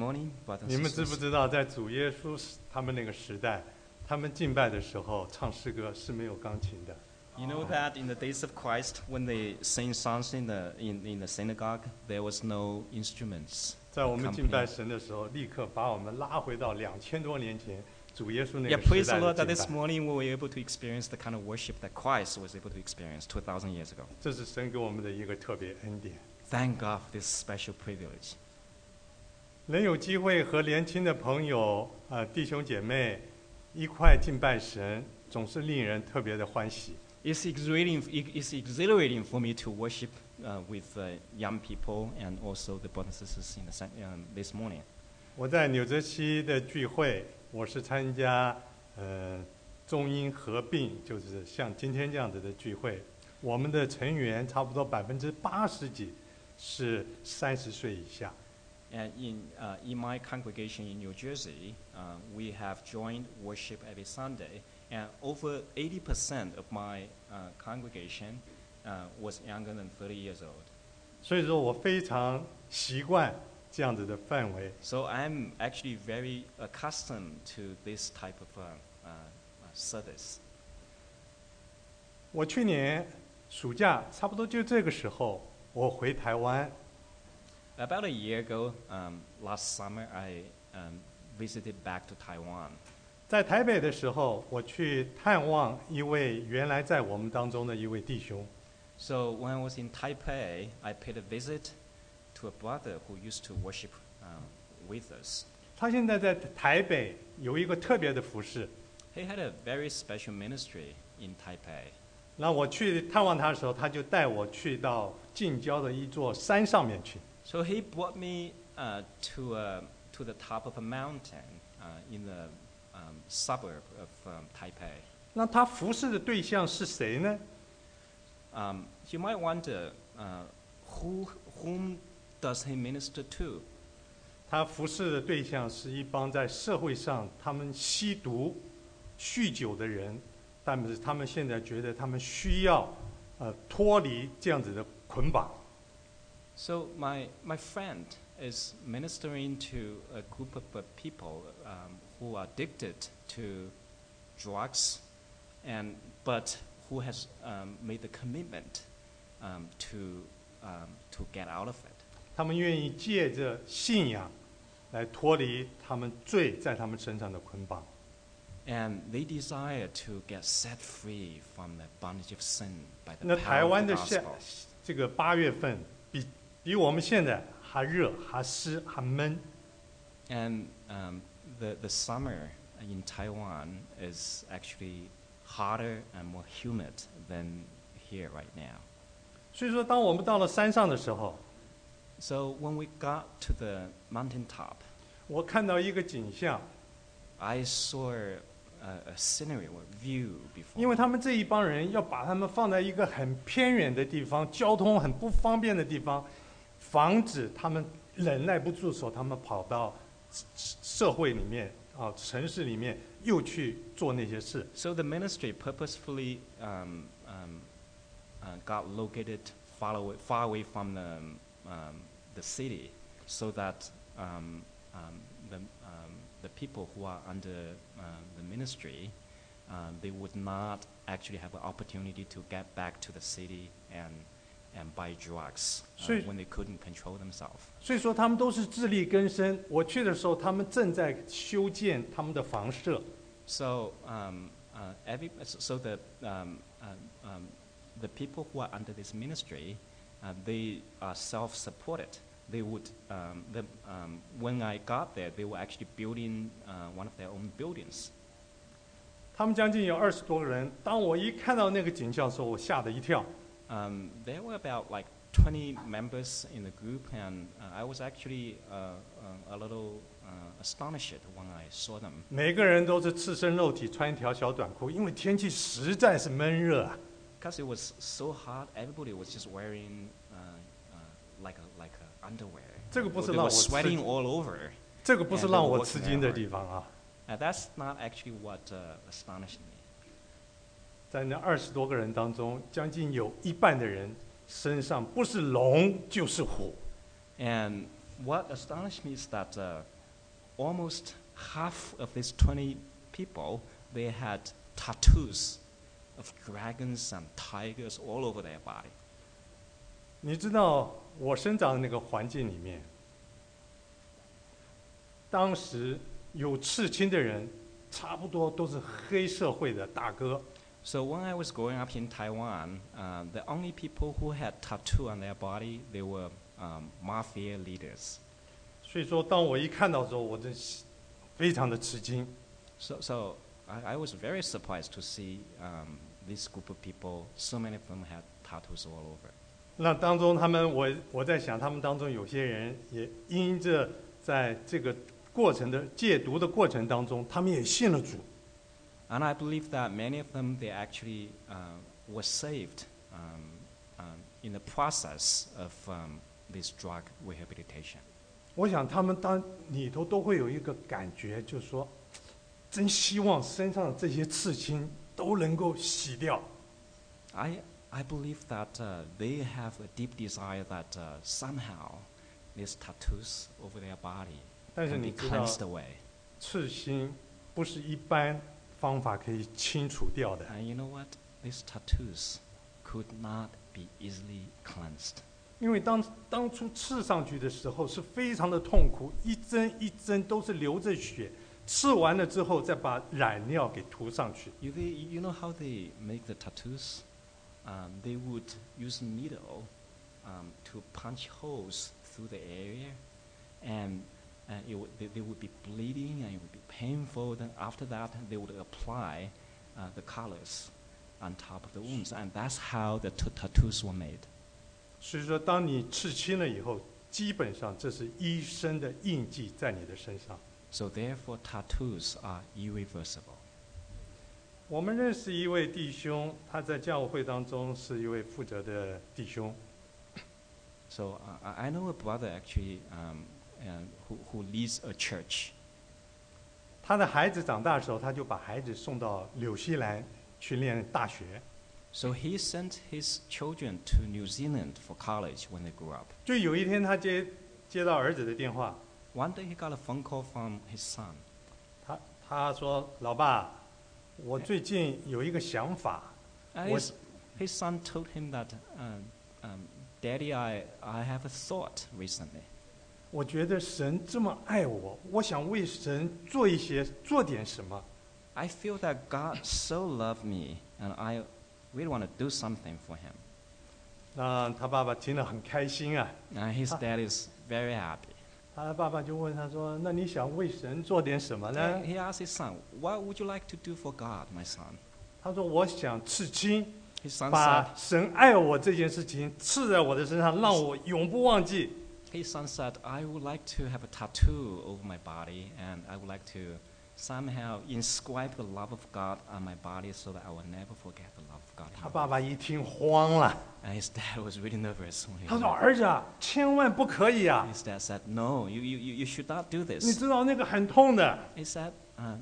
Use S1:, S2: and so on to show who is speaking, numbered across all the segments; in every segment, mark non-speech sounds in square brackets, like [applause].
S1: morning, but
S2: 你们知不知道，在主耶稣时他们那个时代，他们敬拜的时候唱诗歌是没有钢琴的。
S1: you know that in the days of Christ, when they sing songs in the in, in the synagogue, there was no instruments.
S2: 在我们敬拜
S1: accompanying.
S2: 神的时候，立刻把我们拉回到两千多年前主耶稣那
S1: Yeah,
S2: 个时
S1: praise
S2: 代
S1: the
S2: 的
S1: Lord
S2: 敬
S1: that this
S2: 拜。
S1: morning we were able to experience the kind of worship that Christ was able to experience 2,000 years ago.
S2: 这是神给我们的一个特别恩典。
S1: Thank God for this special privilege.
S2: 能有机会和年轻的朋友、呃弟兄姐妹一块敬拜神，总是令人特别的欢喜。
S1: It's exhilarating, it's exhilarating for me to worship uh, with uh, young people and also the brothers and sisters in the, sen- um, this morning.
S2: 我在纽泽西的聚会，我是参加呃中英合并，就是像今天这样子的聚会。我们的成员差不多百分之八十几是三十岁以下，
S1: And in, uh, in my congregation in New Jersey, uh, we have joined worship every Sunday, and over 80% of my uh, congregation uh, was younger than 30 years old.
S2: 所以说我非常习惯这样子的氛围。
S1: So I'm actually very accustomed to this type of uh, uh, uh, service.
S2: 我去年暑假差不多就这个时候，我回台湾，
S1: About a year ago, um, last summer, I um, visited back to Taiwan.
S2: 在台北的时候，我去探望一位原来在我们当中的一位弟兄。
S1: So when I was in Taipei, I paid a visit to a brother who used to worship um, with us.
S2: 他现在在台北有一个特别的服饰。
S1: He had a very special ministry in Taipei.
S2: 那我去探望他的时候，他就带我去到近郊的一座山上面去。
S1: So he brought me uh, to, uh, to the top of a mountain uh, in the um, suburb of um, Taipei.
S2: 那他服侍的对象是谁呢？
S1: Um, you might wonder uh, who, whom does he minister to?
S2: 他服侍的对象是一帮在社会上他们吸毒、酗酒的人，但是他们现在觉得他们需要，呃，脱离这样子的捆绑。
S1: So my, my friend is ministering to a group of uh, people um, who are addicted to drugs, and but who has um, made the commitment um, to um, to get out of it.
S2: 他们愿意借着信仰来脱离他们罪在他们身上的捆绑。
S1: And they desire to get set free from the bondage of sin by the
S2: 那
S1: power
S2: 台湾
S1: of the
S2: 的夏
S1: gospel.
S2: 这个八月份比比我们现在还热、还湿、还闷。
S1: And um, the, the summer in Taiwan is actually hotter and more humid than here right now.
S2: 所以说，当我们到了山上的时候，
S1: So when we got to the mountaintop,
S2: 我看到一个景象，
S1: I saw a, a scenery or view
S2: 因为
S1: before. me.
S2: 他们这一帮人要把他们放在一个很偏远的地方、交通很不方便的地方，防止他们忍耐不住的时候，他们跑到社社会里面啊、城市里面又去做那些事。
S1: So the ministry purposefully um, um, uh, got located far away, far away from the, um, um, the city so that um, um, the, um, the people who are under um, the ministry, um, they would not actually have an opportunity to get back to the city and, and buy drugs uh,
S2: 所以-
S1: when they couldn't control themselves.
S2: 所以说，他们都是自力更生。我去的时候，他们正在修建他们的房舍。
S1: So, um, uh, every, so the, um, um, um, the people who are under this ministry, uh, they are self-supported. They would, um, the, um, when I got there, they were actually building uh, one of their own buildings.
S2: 他们将近有二十多个人。当我一看到那个景象的时候，我吓了一跳。
S1: Um, there were about like 20 members in the group, and uh, I was actually uh, uh, a little uh, astonished when I saw them.
S2: 每个人都是赤身肉体，穿一条小短裤，因为天气实在是闷热啊。
S1: Because it was so hot, everybody was just wearing uh, uh, like a, like a underwear.
S2: 这个不是
S1: They were
S2: 让我吃-
S1: sweating all over.
S2: 这个不是让我吃惊的地方啊。
S1: Now, that's not actually what uh, astonished me.
S2: 在那二十多个人当中，将近有一半的人身上不是龙就是虎。
S1: And what astonished me is that uh, almost half of these 20 people, they had tattoos of dragons and tigers all over their body.
S2: 你知道我生长的那个环境里面，当时有刺青的人，差不多都是黑社会的大哥。
S1: So when I was growing up in Taiwan, uh, the only people who had tattoo on their body, they were um, mafia leaders.
S2: 所以说，当我一看到的时候，我真是非常的吃惊。
S1: So, so I, I was very surprised to see um, this group of people. So many of them had tattoos all over.
S2: 那当中，他们我我在想，他们当中有些人也因着在这个过程的戒毒的过程当中，他们也信了主。
S1: And I believe that many of them, they actually uh, were saved um, um, in the process of um, this drug rehabilitation.
S2: 我想他们当里头都会有一个感觉，就是说，真希望身上的这些刺青都能够洗掉。
S1: I, I believe that uh, they have a deep desire that uh, somehow these tattoos over their body
S2: 但是
S1: can be
S2: 你知道，
S1: cleansed away.
S2: 刺青不是一般方法可以清除掉的，
S1: And you know what? These tattoos could not be easily cleansed.
S2: 因为当当初刺上去的时候是非常的痛苦，一针一针都是流着血，刺完了之后再把染料给涂上去。
S1: You, they, you know how they make the tattoos? Um, they would use needle um, to punch holes through the area, and, and it would, they, they would be bleeding and it would be painful. Then after that, they would apply uh, the colors on top of the wounds, and that's how the t- tattoos were made.
S2: 所以说，当你刺青了以后，基本上这是医生的印记在你的身上。
S1: So therefore, tattoos are irreversible.
S2: 我们认识一位弟兄，他在教会当中是一位负责的弟兄。
S1: So uh, I I know a brother actually um, uh, who, who leads a church.
S2: 他的孩子长大的时候，他就把孩子送到纽西兰去念大学，
S1: So he sent his children to New Zealand for college when they grew up.
S2: 就有一天，他接接到儿子的电话，
S1: One day he got a phone call from his son.
S2: 他他说：“老爸，我最近有一个想法，
S1: And
S2: What-
S1: his, his son told him that, um, um, Daddy, I, I have a thought recently.
S2: 我觉得神这么爱我，我想为神做一些做点什么。
S1: I feel that God so loved me and I really want to do something for him. ”
S2: 那他爸爸听了很开心啊，
S1: And his
S2: Ah.
S1: dad is very happy.
S2: 他爸爸就问他说：“那你想为神做点什么呢
S1: He asked his son, What would you like to do for God, my son?？”
S2: 他说：“我想刺青，
S1: His son
S2: 把
S1: said,
S2: 神爱我这件事情刺在我的身上，让我永不忘记。
S1: His son said, I would like to have a tattoo over my body, and I would like to somehow inscribe the love of God on my body so that I will never forget the love of ” God.
S2: 他爸爸一听慌了，
S1: And his dad was really nervous. When he
S2: 他说：“
S1: heard
S2: 儿子啊，千万不可以
S1: that.
S2: 啊！
S1: His dad said, No, you, you, you you should not do
S2: 你
S1: this.
S2: 知道那个很痛的。
S1: He said, um,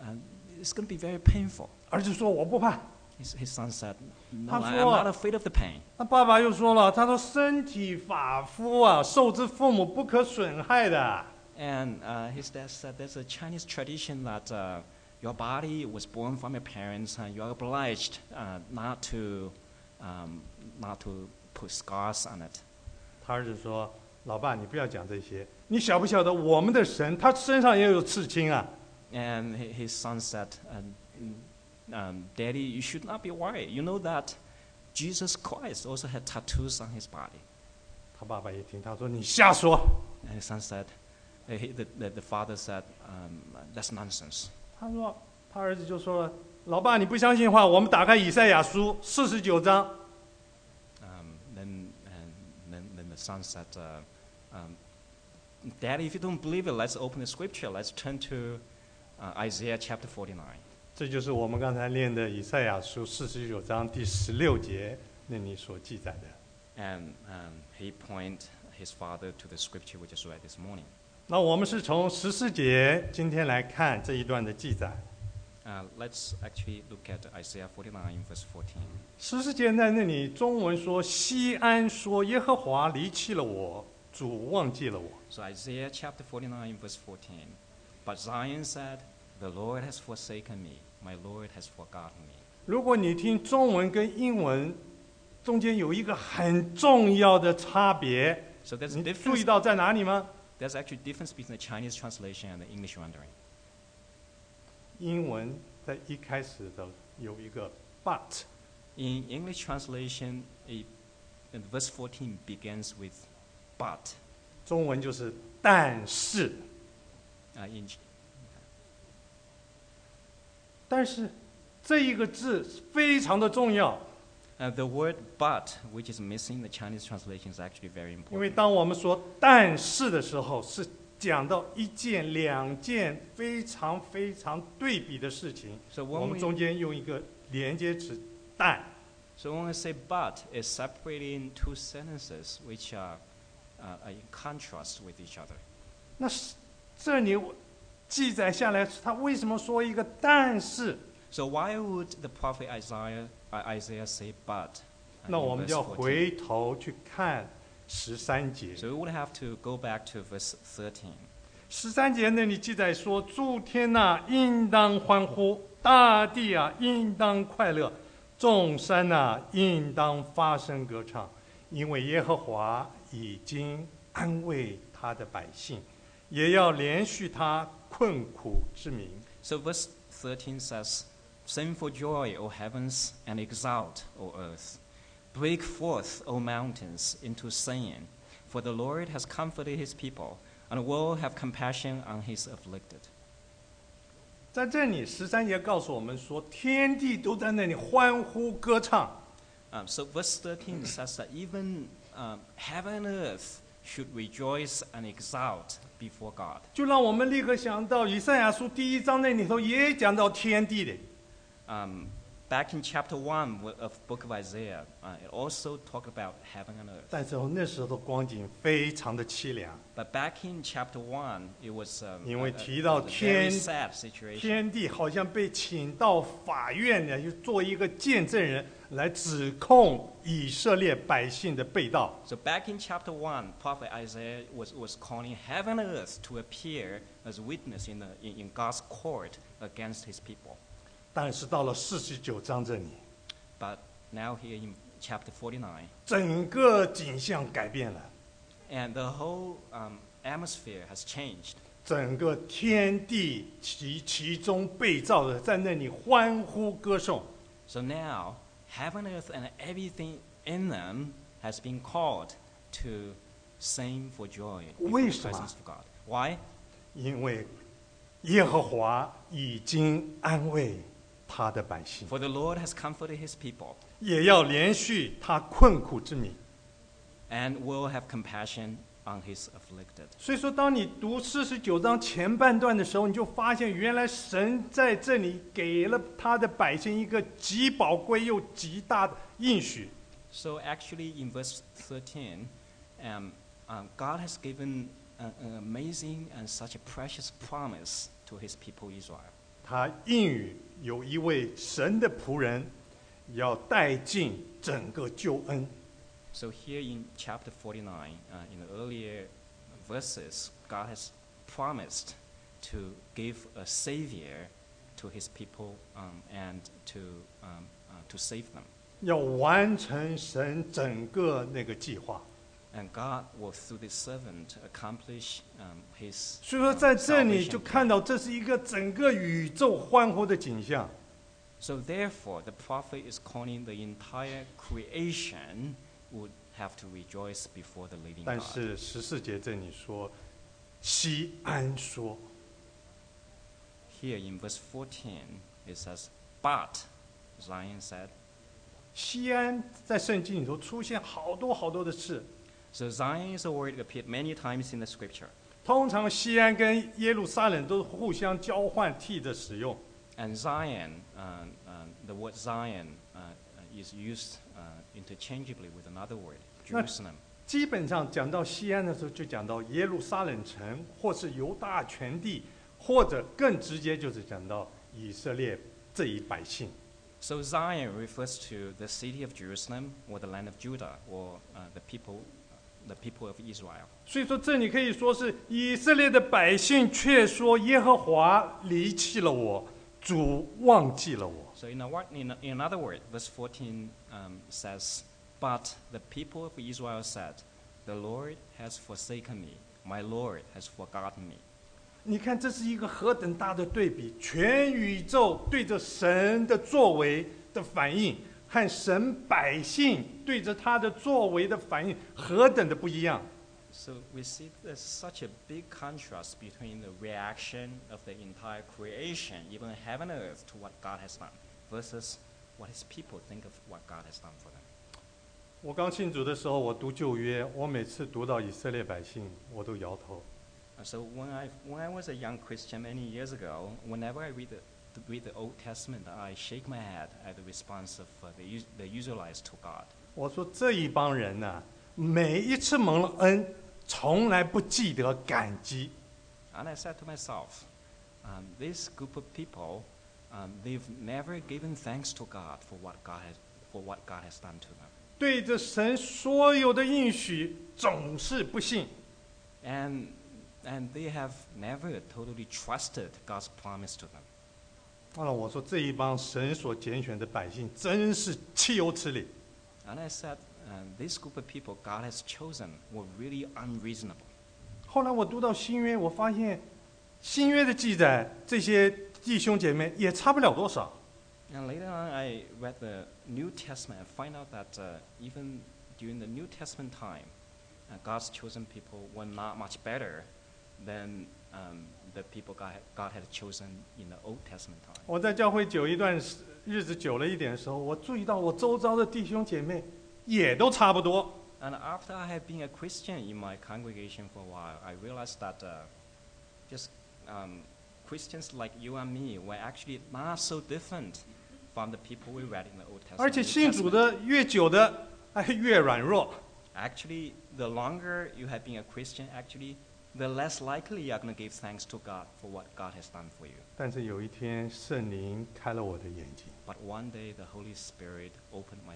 S1: um, It's going to be very painful. ”
S2: 儿子说：“我不怕。
S1: His, his son said, No,
S2: Hans
S1: I,
S2: Rohr.
S1: am not afraid of the pain. ”
S2: 那爸爸又说了：“他说身体发肤啊，受之父母不可损害的。
S1: And uh, his dad said, There's a Chinese tradition that uh, your body was born from your parents, and you are obliged uh, not to um, not to put scars on it. ”
S2: 他儿子说：“老爸，你不要讲这些。你晓不晓得我们的神，他身上也有刺青啊？
S1: And hi- his son said, um, um, Daddy, you should not be worried. You know that Jesus Christ also had tattoos on his body.
S2: 他爸爸一听，他说：“你瞎说。
S1: And his son said, uh, he- the, the, the father said, um, That's nonsense. ”
S2: 他说，他儿子就说了：“老爸，你不相信的话，我们打开以赛亚书四十九章。
S1: Um, then, and then, then the son said, uh, um, Daddy, if you don't believe it, let's open the scripture. Let's turn to uh, Isaiah chapter 49. ”
S2: 这就是我们刚才念的以赛亚书四十九章第十六节那里所记载的。
S1: And um, he point his father to the scripture we just read this morning.
S2: 那我们是从十四节今天来看这一段的记载。
S1: Uh, let's actually look at Isaiah 49, verse 14.
S2: 十四节在那里中文说：“西安说耶和华离弃了我，主忘记了我。
S1: So Isaiah chapter 49, verse 14. But Zion said, The Lord has forsaken me, my Lord has forgotten me.
S2: 如果你听中文跟英文中间有一个很重要的差别，
S1: So there's a
S2: 你注意
S1: difference.
S2: 到在哪里吗？
S1: There's actually difference between the Chinese translation and the English rendering.
S2: 英文在一开始的有一个 but，
S1: In English translation, it, and verse 14 begins with but.
S2: 中文就是但是，
S1: Uh, in,
S2: 但是这一个字非常的重要，
S1: uh, the word but, which is missing in the Chinese translation, is actually very
S2: 因为
S1: important.
S2: 当我们说但是的时候，是讲到一件、两件非常非常对比的事情，
S1: So
S2: 我
S1: when
S2: 们
S1: we,
S2: 中间用一个连接词但。
S1: so when we say but, it's separating two sentences which are, uh, are in contrast with each other.
S2: 那是这里我记载下来，他为什么说一个但是？
S1: So why would the prophet Isaiah, uh, Isaiah say but? uh,
S2: 那
S1: in
S2: 我们
S1: verse
S2: 就要
S1: 14?
S2: 回头去看十三节。
S1: So we would have to go back to verse 13.
S2: 十三节那里记载说：“诸天呐、应当欢呼；大地啊，应当快乐；众山呐、应当发声歌唱，因为耶和华已经安慰他的百姓，也要连续他困苦之民。
S1: So verse 13 says, Sing for joy, O heavens, and exult, O earth. Break forth, O mountains, into singing, for the Lord has comforted his people, and will have compassion on his afflicted. ”
S2: 在这里，十三节告诉我们说，天地都在那里欢呼歌唱。
S1: Um, so verse 13 says that even um, heaven and earth should rejoice and exult before God.
S2: 就让我们立刻想到以赛亚书第一章那里头也讲到天地的，
S1: Um, back in chapter 1 w- of book of Isaiah, uh, it also talked about heaven and earth.
S2: 但是哦那时候的光景非常的凄凉，
S1: But back in chapter one, it was um, a,
S2: 因为提到
S1: a- a very
S2: 天-
S1: sad situation.
S2: 天地好像被请到法院来，就做一个见证人来指控以色列百姓的被盗。
S1: So back in chapter one, prophet Isaiah was, was calling heaven and earth to appear as witness in, the, in, in God's court against his people.
S2: 但是到了四十九章这里，
S1: But now here in chapter 49,
S2: 整个景象改变了，
S1: and the whole um, atmosphere has changed.
S2: 整个天地其其中被造的在那里欢呼歌颂。
S1: So now heaven, earth, and everything in them has been called to sing for joy before the
S2: 为什么？
S1: presence of God. Why?
S2: 因为耶和华已经安慰他的百姓，
S1: For the Lord has comforted his people.
S2: 也要连续他困苦之民。
S1: and will have compassion on his afflicted.
S2: 所以说，当你读四十九章前半段的时候，你就发现原来神在这里给了他的百姓一个极宝贵又极大的应许。
S1: So, actually, in verse 13, um, um, God has given a- an amazing and such a precious promise to his people Israel.
S2: 他应允有一位神的仆人，要带进整个救恩。
S1: So, here in chapter 49, uh, in the earlier verses, God has promised to give a savior to his people um, and to, um, uh, to save them.
S2: 要完成神整个那个计划，
S1: And God will, through this servant, accomplish um, his.
S2: 所以说
S1: um,
S2: 在这里
S1: salvation
S2: 就
S1: plan.
S2: 看到这是一个整个宇宙欢呼的景象。
S1: So therefore, the prophet is calling the entire creation would have to rejoice before the living
S2: 但
S1: God.
S2: 是十四节这里说，西安说，
S1: Here in verse 14, it says, But, Zion said.
S2: 西安在圣经里头出现好多好多的次。
S1: So Zion is a word that appeared many times in the scripture.
S2: 通常西安跟耶路撒冷都是互相交换替的使用。
S1: And Zion, uh, uh, the word Zion uh, uh, is used uh, interchangeably with another word,
S2: Right.
S1: Jerusalem.
S2: 基本上讲到西安的时候，就讲到耶路撒冷城，或是犹大全地，或者更直接就是讲到以色列这一百姓。
S1: So Zion refers to the city of Jerusalem or the land of Judah or uh, the people the people of Israel.
S2: 所以说，这里可以说是以色列的百姓却说耶和华离弃了我，主忘记了我。
S1: So in, a, word- in, a- in other words, verse 14 um, says, But the people of Israel said, The Lord has forsaken me, my Lord has forgotten me.
S2: 你看，这是一个何等大的对比！全宇宙对着神的作为的反应，和神百姓对着他的作为的反应，何等的不一样！
S1: So we see there's such a big contrast between the reaction of the entire creation, even heaven and earth, to what God has done, versus what his people think of what God has done for them.
S2: 我刚信主的时候，我读旧约，我每次读到以色列百姓，我都摇头。
S1: And Uh, so when I, when I was a young Christian many years ago, whenever I read the, to read the Old Testament, I shake my head at the response of uh, the, Is- the Israelites to God.
S2: 我说这一帮人呐、每一次蒙了恩，从来不记得感激。
S1: And I said to myself, um, this group of people, um, they've never given thanks to God for what God has, for what God has done to them.
S2: 对着神所有的应许总是不信，
S1: And, and they have never totally trusted God's promise to them.
S2: 啊，我说这一帮神所拣选的百姓真是岂有此理！
S1: And I said, uh, this group of people God has chosen were really unreasonable.
S2: 后来我读到新约，我发现新约的记载，这些弟兄姐妹也差不了多少。
S1: And later on, I read the New Testament and find out that uh, even during the New Testament time, uh, God's chosen people were not much better than um, the people God, had- God had chosen in the Old Testament time.
S2: 我在教会久一段时日子久了一点的时候，我注意到我周遭的弟兄姐妹也都差不多。
S1: And after I had been a Christian in my congregation for a while, I realized that uh, just um, Christians like you and me were actually not so different from the people we read in the Old
S2: 而
S1: Testament.
S2: 且
S1: New
S2: 信
S1: Testament.
S2: 主的越久的，哎，越软弱。
S1: Actually, the longer you have been a Christian, actually, the less likely you are going to give thanks to God for what God has done for you.
S2: 但是有一天，圣灵开了我的眼睛，
S1: But one day, the Holy Spirit opened my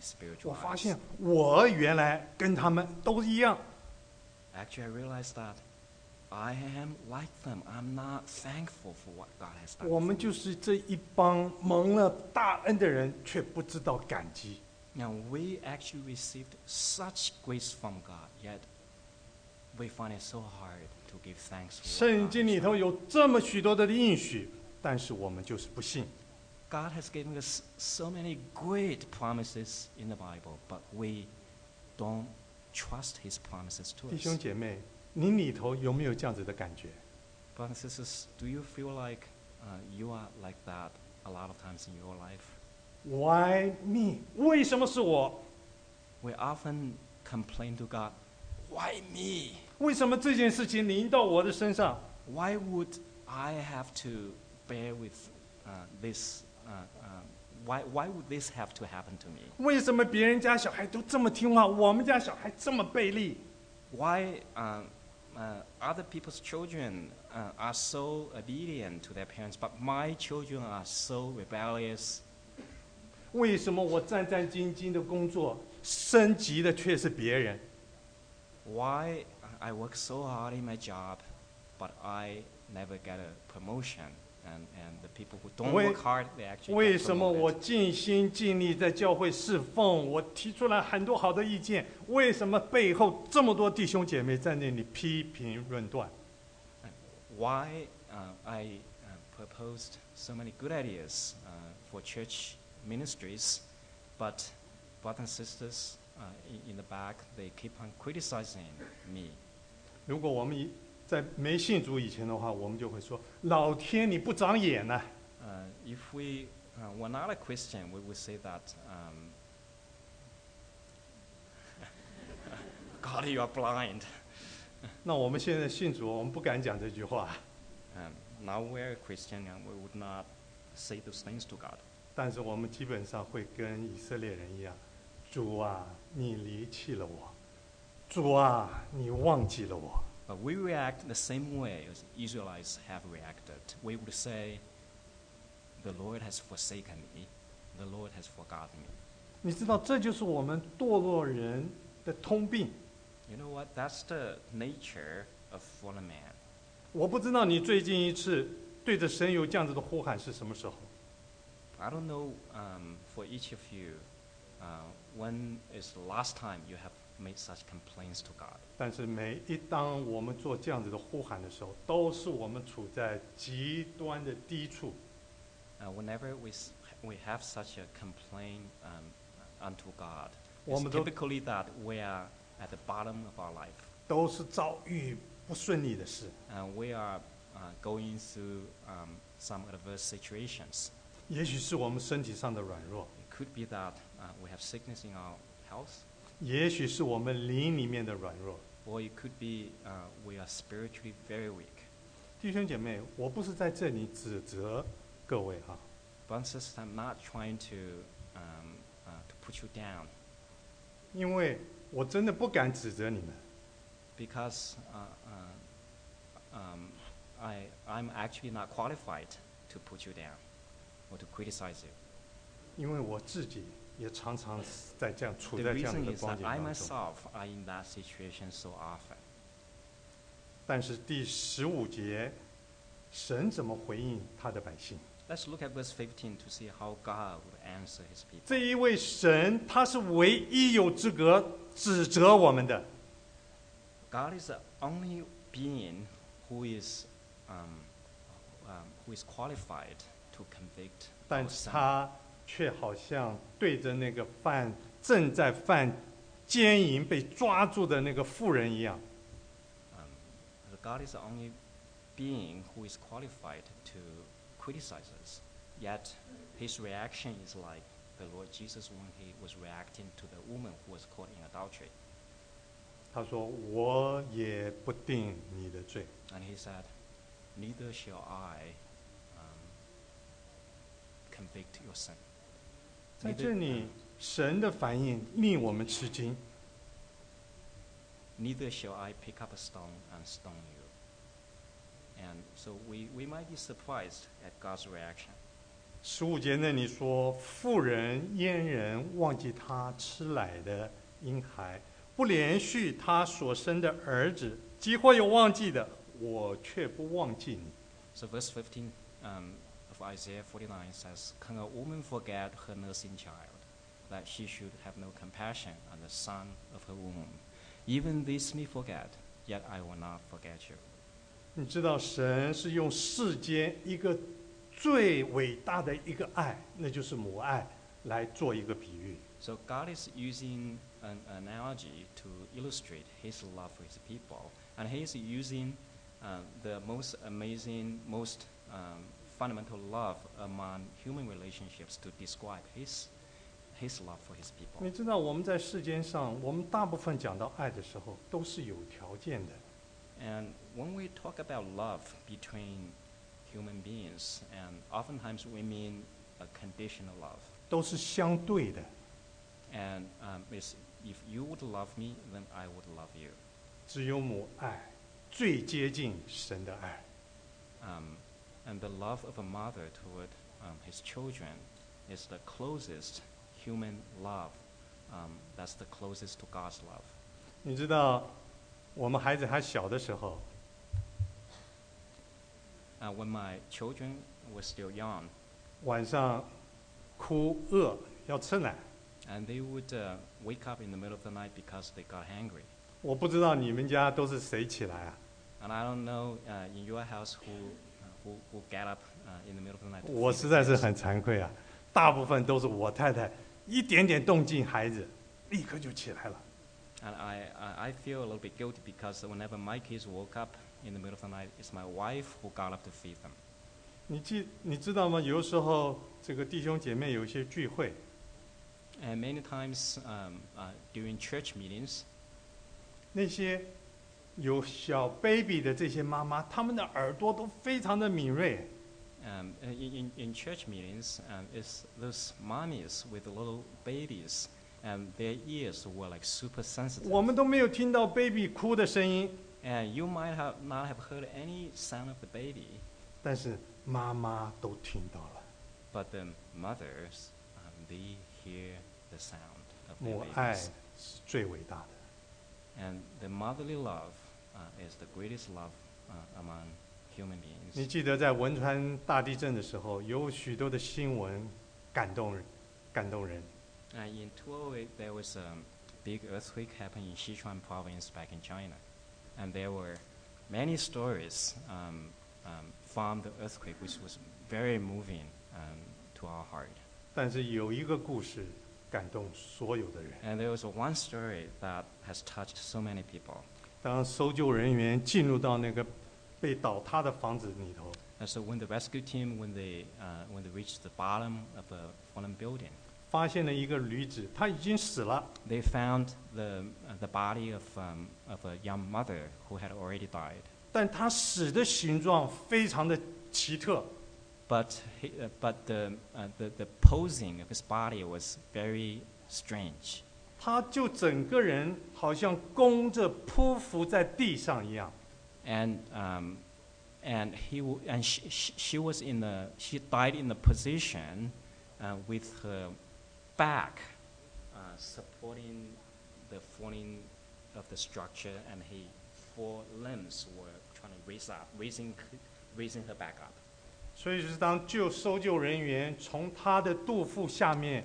S1: spiritual
S2: 我发
S1: eyes.
S2: 现我原来跟他们都一样。
S1: Actually, I realized that I am like them. I'm not thankful for what God has done.
S2: 我
S1: for
S2: 们
S1: me.
S2: 就是这一帮蒙了大恩的人，却不知道感激。
S1: Now we actually received such grace from God, yet we find it so hard to give thanks. For what
S2: 圣
S1: God has
S2: 经里
S1: done.
S2: 头有这么许多的应许，但是我们就是不信。
S1: God has given us so many great promises in the Bible, but we don't trust His promises to
S2: 弟兄
S1: us.
S2: 姐妹，你里头有没有这样子的感觉？
S1: Brothers and sisters, do you feel like uh, you are like that a lot of times in your life?
S2: Why me？为什么是我？
S1: We often complain to God, "Why me?
S2: 为什么这件事情临到我的身上？
S1: Why would I have to bear with uh, this? Uh, um, why, why would this have to happen to me?
S2: 为什么别人家小孩都这么听话，我们家小孩这么悖逆？
S1: why um, uh, other people's children uh, are so obedient to their parents, but my children are so rebellious?
S2: 为什么我战战兢兢的工作，升级的却是别人？
S1: Why I work so hard in my job, but I never get a promotion? And, and the people who don't
S2: Wait.
S1: work hard, they actually
S2: 为
S1: get
S2: 什么我
S1: promoted.
S2: 尽心尽力在教会侍奉？我提出了很多好的意见，为什么背后这么多弟兄姐妹在那里批评论断？
S1: Why uh, I uh, proposed so many good ideas uh, for church ministries, but brothers and sisters uh, in, in the back, they keep on criticizing me.
S2: 如果我们一在没信主以前的话，我们就会说：老天，你不长眼呐、
S1: Uh, if we uh, were not a Christian, we would say that um, [laughs] God, you are blind.
S2: 那我们现在信主，我们不敢讲这句话，
S1: Um, now we're a Christian and we would not say those things to God.
S2: 但是我们基本上会跟以色列人一样：主啊，你离弃了我；主啊，你忘记了我。
S1: But we react the same way as Israelites have reacted. We would say, The Lord has forsaken me, the Lord has forgotten me.
S2: 你知道，这就是我们堕落人的通病。
S1: You know what? That's the nature of fallen man.
S2: 我不知道你最近一次对着神有这样子的呼喊是什么时候。
S1: I don't know um, for each of you uh, when is the last time you have made such complaints to God.
S2: 但是每一当我们做这样子的呼喊的时候，都是我们处在极端的低处。
S1: Uh, whenever we, s- we have such a complaint um, unto God, it's
S2: 我们都-
S1: typically that we are at the bottom of our life.
S2: 都是遭遇不顺利的事，
S1: And we are uh, going through um, some adverse situations.
S2: 也许是我们身体上的软弱，
S1: It could be that uh, we have sickness in our health,
S2: 也许是我们灵里面的软弱。
S1: or it could be uh, we are spiritually very weak.
S2: 弟兄姐妹，我不是在这里指责各位哈、
S1: But since I'm not trying to, um, uh, to put you down,
S2: 因为我真的不敢指责你们，
S1: because uh, uh, um, I, I'm actually not qualified to put you down or to criticize you.
S2: 因为我自己也常常在这样处
S1: The
S2: 在这样子
S1: reason
S2: 的
S1: is
S2: 光
S1: that
S2: 景
S1: I
S2: 当中。
S1: myself are in that situation so often.
S2: 但是第十五节，神怎么回应他的百姓？
S1: Let's look at verse 15 to see how God would answer his people.
S2: 这一位神，他是唯一有资格指责我们的。
S1: God is the only being who is, um, um, who is qualified to convict
S2: 但
S1: our
S2: 是
S1: sin.
S2: 他却好像对着那个犯正在犯奸淫被抓住的那个妇人一样，
S1: Um, but God is the only being who is qualified to criticize us. Yet his reaction is like the Lord Jesus when he was reacting to the woman who was caught in adultery.
S2: 他说：“我也不定你的罪。
S1: And he said, Neither shall I um, convict your sin. ”
S2: 在
S1: Neither- um,
S2: 这里，神的反应令我们吃惊。
S1: neither shall I pick up a stone and stone you. And so we, we might be surprised at God's reaction.
S2: 十五节那里说：“妇人阉人忘记他吃奶的婴孩，不连续他所生的儿子，即或有忘记的，我却不忘记你。”
S1: So verse 15 um, of Isaiah 49 says, Can a woman forget her nursing child, that she should have no compassion on the son of her womb? Even this me forget, yet I will not forget you.
S2: 你知道，神是用世间一个最伟大的一个爱，那就是母爱，来做一个比喻。
S1: So God is using an analogy to illustrate His love for His people, and He is using uh, the most amazing, most um, fundamental love among human relationships to describe His His love for His
S2: 你
S1: people.
S2: 知道，我们在世间上，我们大部分讲到爱的时候，都是有条件的。
S1: And when we talk about love between human beings, and oftentimes we mean a conditional love,
S2: 都是相对的，
S1: and um, it's if you would love me, then I would love you.
S2: 只有母爱最接近神的爱。
S1: um, and the love of a mother toward um, his children is the closest human love um, that's the closest to god's love
S2: 你知道，我们孩子还小的时候，
S1: uh, when my children were still young
S2: 晚上哭饿要吃奶，
S1: and they would uh, wake up in the middle of the night because they got hungry
S2: 我不知道你们家都是谁起来啊？
S1: and i don't know uh, in your house who uh, who, who get up uh, in the middle of the night to
S2: 我
S1: feed
S2: 实
S1: the
S2: 在是
S1: kids.
S2: 很惭愧啊，大部分都是我太太一点点动静，孩子立刻就起来了。
S1: And I, I, I feel a little bit guilty because whenever my kids woke up in the middle of the night, it's my wife who got up to feed them.
S2: 你记你知道吗？有时候这个弟兄姐妹有一些聚会，
S1: And many times um, uh, during church meetings,
S2: 那些有小 baby 的这些妈妈，她们的耳朵都非常的敏锐，
S1: um, in, in, in church meetings, um, it's those mommies with little babies, and their ears were like super sensitive.
S2: 我们都没有听到 baby 哭的声音，
S1: And you might have not have heard any sound of the baby,
S2: 但是妈妈都听到了。
S1: but the mothers, um, they hear the sound of
S2: 母
S1: their
S2: 爱
S1: babies.
S2: 是最伟大的。
S1: And the motherly love uh, is the greatest love uh, among human
S2: 你
S1: beings.
S2: 记得在汶川大地震的时候，有许多的新闻感动人，感动人。
S1: Uh, in 2008, there was a big earthquake happened in Sichuan province back in China. And there were many stories um, um, from the earthquake, which was very moving um, to our heart.
S2: 但是有一个故事感动所有的人。
S1: And there was one story that has touched so many people.
S2: 当搜救人员进入到那个被倒塌的房子里头，
S1: And so when the rescue team, when they, uh, when they reached the bottom of the fallen building,
S2: 发现了一个女子，她已经死了，
S1: they found the, uh, the body of, um, of a young mother who had already died.
S2: 但她死的形状非常的奇特，
S1: But, he, uh, but the, uh, the, the posing of his body was very strange.
S2: 她就整个人好像弓着匍匐在地上一样。
S1: And, um, and, he w- and she, she, she was in the, she died in the position uh, with her back uh, supporting the falling of the structure, and her four limbs were trying to raise up, raising, raising her back up.
S2: 所以是当救搜救人员从她的肚腹下面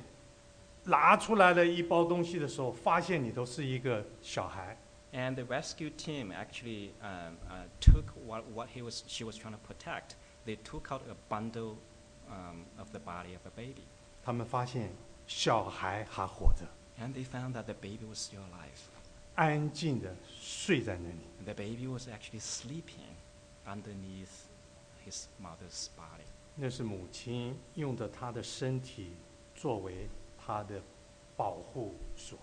S2: 拿出来了一包东西的时候，发现里头是一个小孩。
S1: And the rescue team actually um, uh, took what, what he was, she was trying to protect. They took out a bundle um, of the body of a baby.
S2: 他们发现小孩还活着，
S1: And they found that the baby was still alive.
S2: 安静的睡在那里。
S1: And the baby was actually sleeping underneath his mother's body.
S2: 那是母亲用着她的身体作为她的保护所。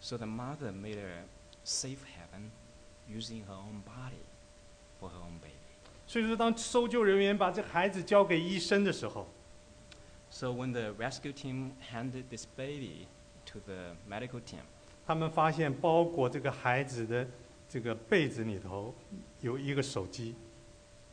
S1: So the mother made a safe haven using her own body for her own baby.
S2: 所以说，当搜救人员把这孩子交给医生的时候，
S1: So when the rescue team handed this baby to the medical team,
S2: 他们发现包裹这个孩子的这个被子里头有一个手机，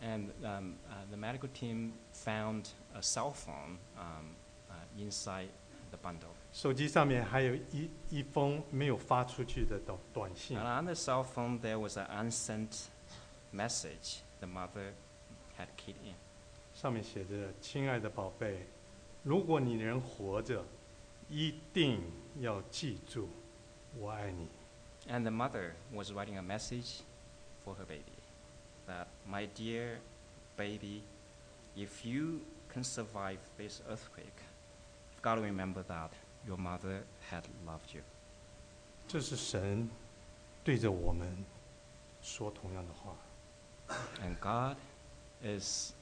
S1: And um, uh, the medical team found a cell phone um, uh, inside the bundle.
S2: 手机上面还有一一封没有发出去的短短信
S1: And。on the cell phone, there was an unsent message the mother had keyed in.
S2: 上面写着：“亲爱的宝贝，如果你人活着，一定要记住，我爱你。
S1: And the mother was writing a message for her baby that, my dear baby, if you can survive this earthquake, you've got to remember that your mother had loved you. ”
S2: 这是神对着我们说同样的话。
S1: And God is,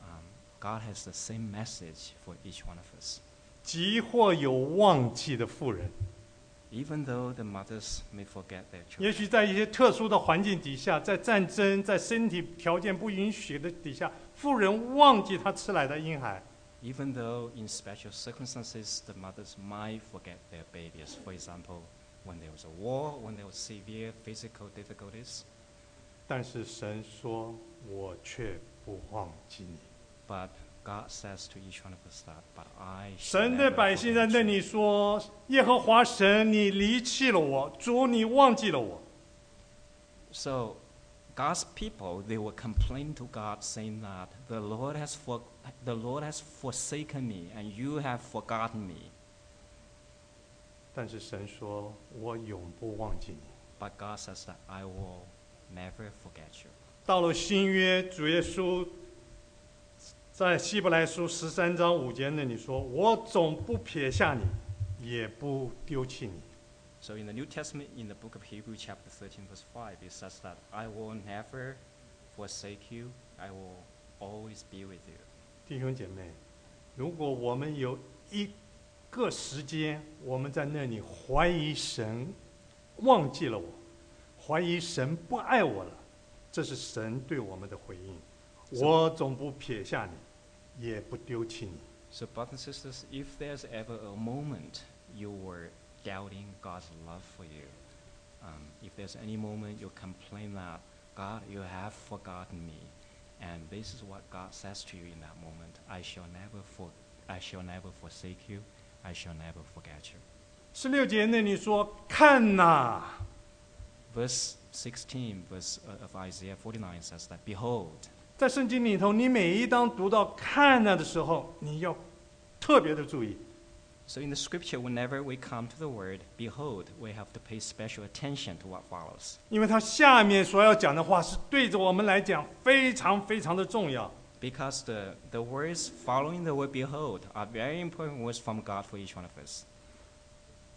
S1: um, God has the same message for each one of us.
S2: 即或有忘记的妇人，
S1: Even though the mothers may forget their
S2: 也
S1: children,
S2: 许在一些特殊的环境底下，在战争、在身体条件不允许的底下，妇人忘记她吃奶的婴孩，
S1: even though in special circumstances the mothers might forget their babies, for example, when there was a war, when there was severe physical difficulties,
S2: 但是神说：“我却不忘记你。”
S1: but God says to each one of us that, but I
S2: 神
S1: shall
S2: 的
S1: never
S2: 百姓在
S1: forget
S2: 那
S1: you."
S2: 里说：“耶和华神，你离弃了我，主，你忘记了我。
S1: So God's people, they were complaining to God, saying that the Lord has for, the Lord has forsaken me, and you have forgotten me. ”
S2: 但是神说：“我永不忘记你。
S1: But God says that I will never forget you. ”
S2: 到了新约，主耶稣在希伯来书十三章五节那里说：“我总不撇下你，也不丢弃你。
S1: So in the New Testament, in the book of Hebrew, chapter 13, verse 5, it says that I will never forsake you. I will always be with you. ”
S2: 弟兄姐妹，如果我们有一个时间，我们在那里怀疑神忘记了我，怀疑神不爱我了，这是神对我们的回应。
S1: 是
S2: 我总不撇下你，也不丢弃你。
S1: So brothers and sisters, if there's ever a moment you were doubting God's love for you, um, if there's any moment you complain that God, you have forgotten me, and this is what God says to you in that moment: I shall never for, I shall never forsake you, I shall never forget you.
S2: 十六节那里说：“看呐、
S1: verse 16 verse uh, of Isaiah 49 says that behold
S2: 在圣经里头，你每一当读到看那的时候，你要特别的注意。
S1: so in the scripture whenever we come to the word behold we have to pay special attention to what follows
S2: 因为他下面所要讲的话是对着我们来讲非常非常的重要，
S1: because the, the words following the word behold are very important words from God for each one of us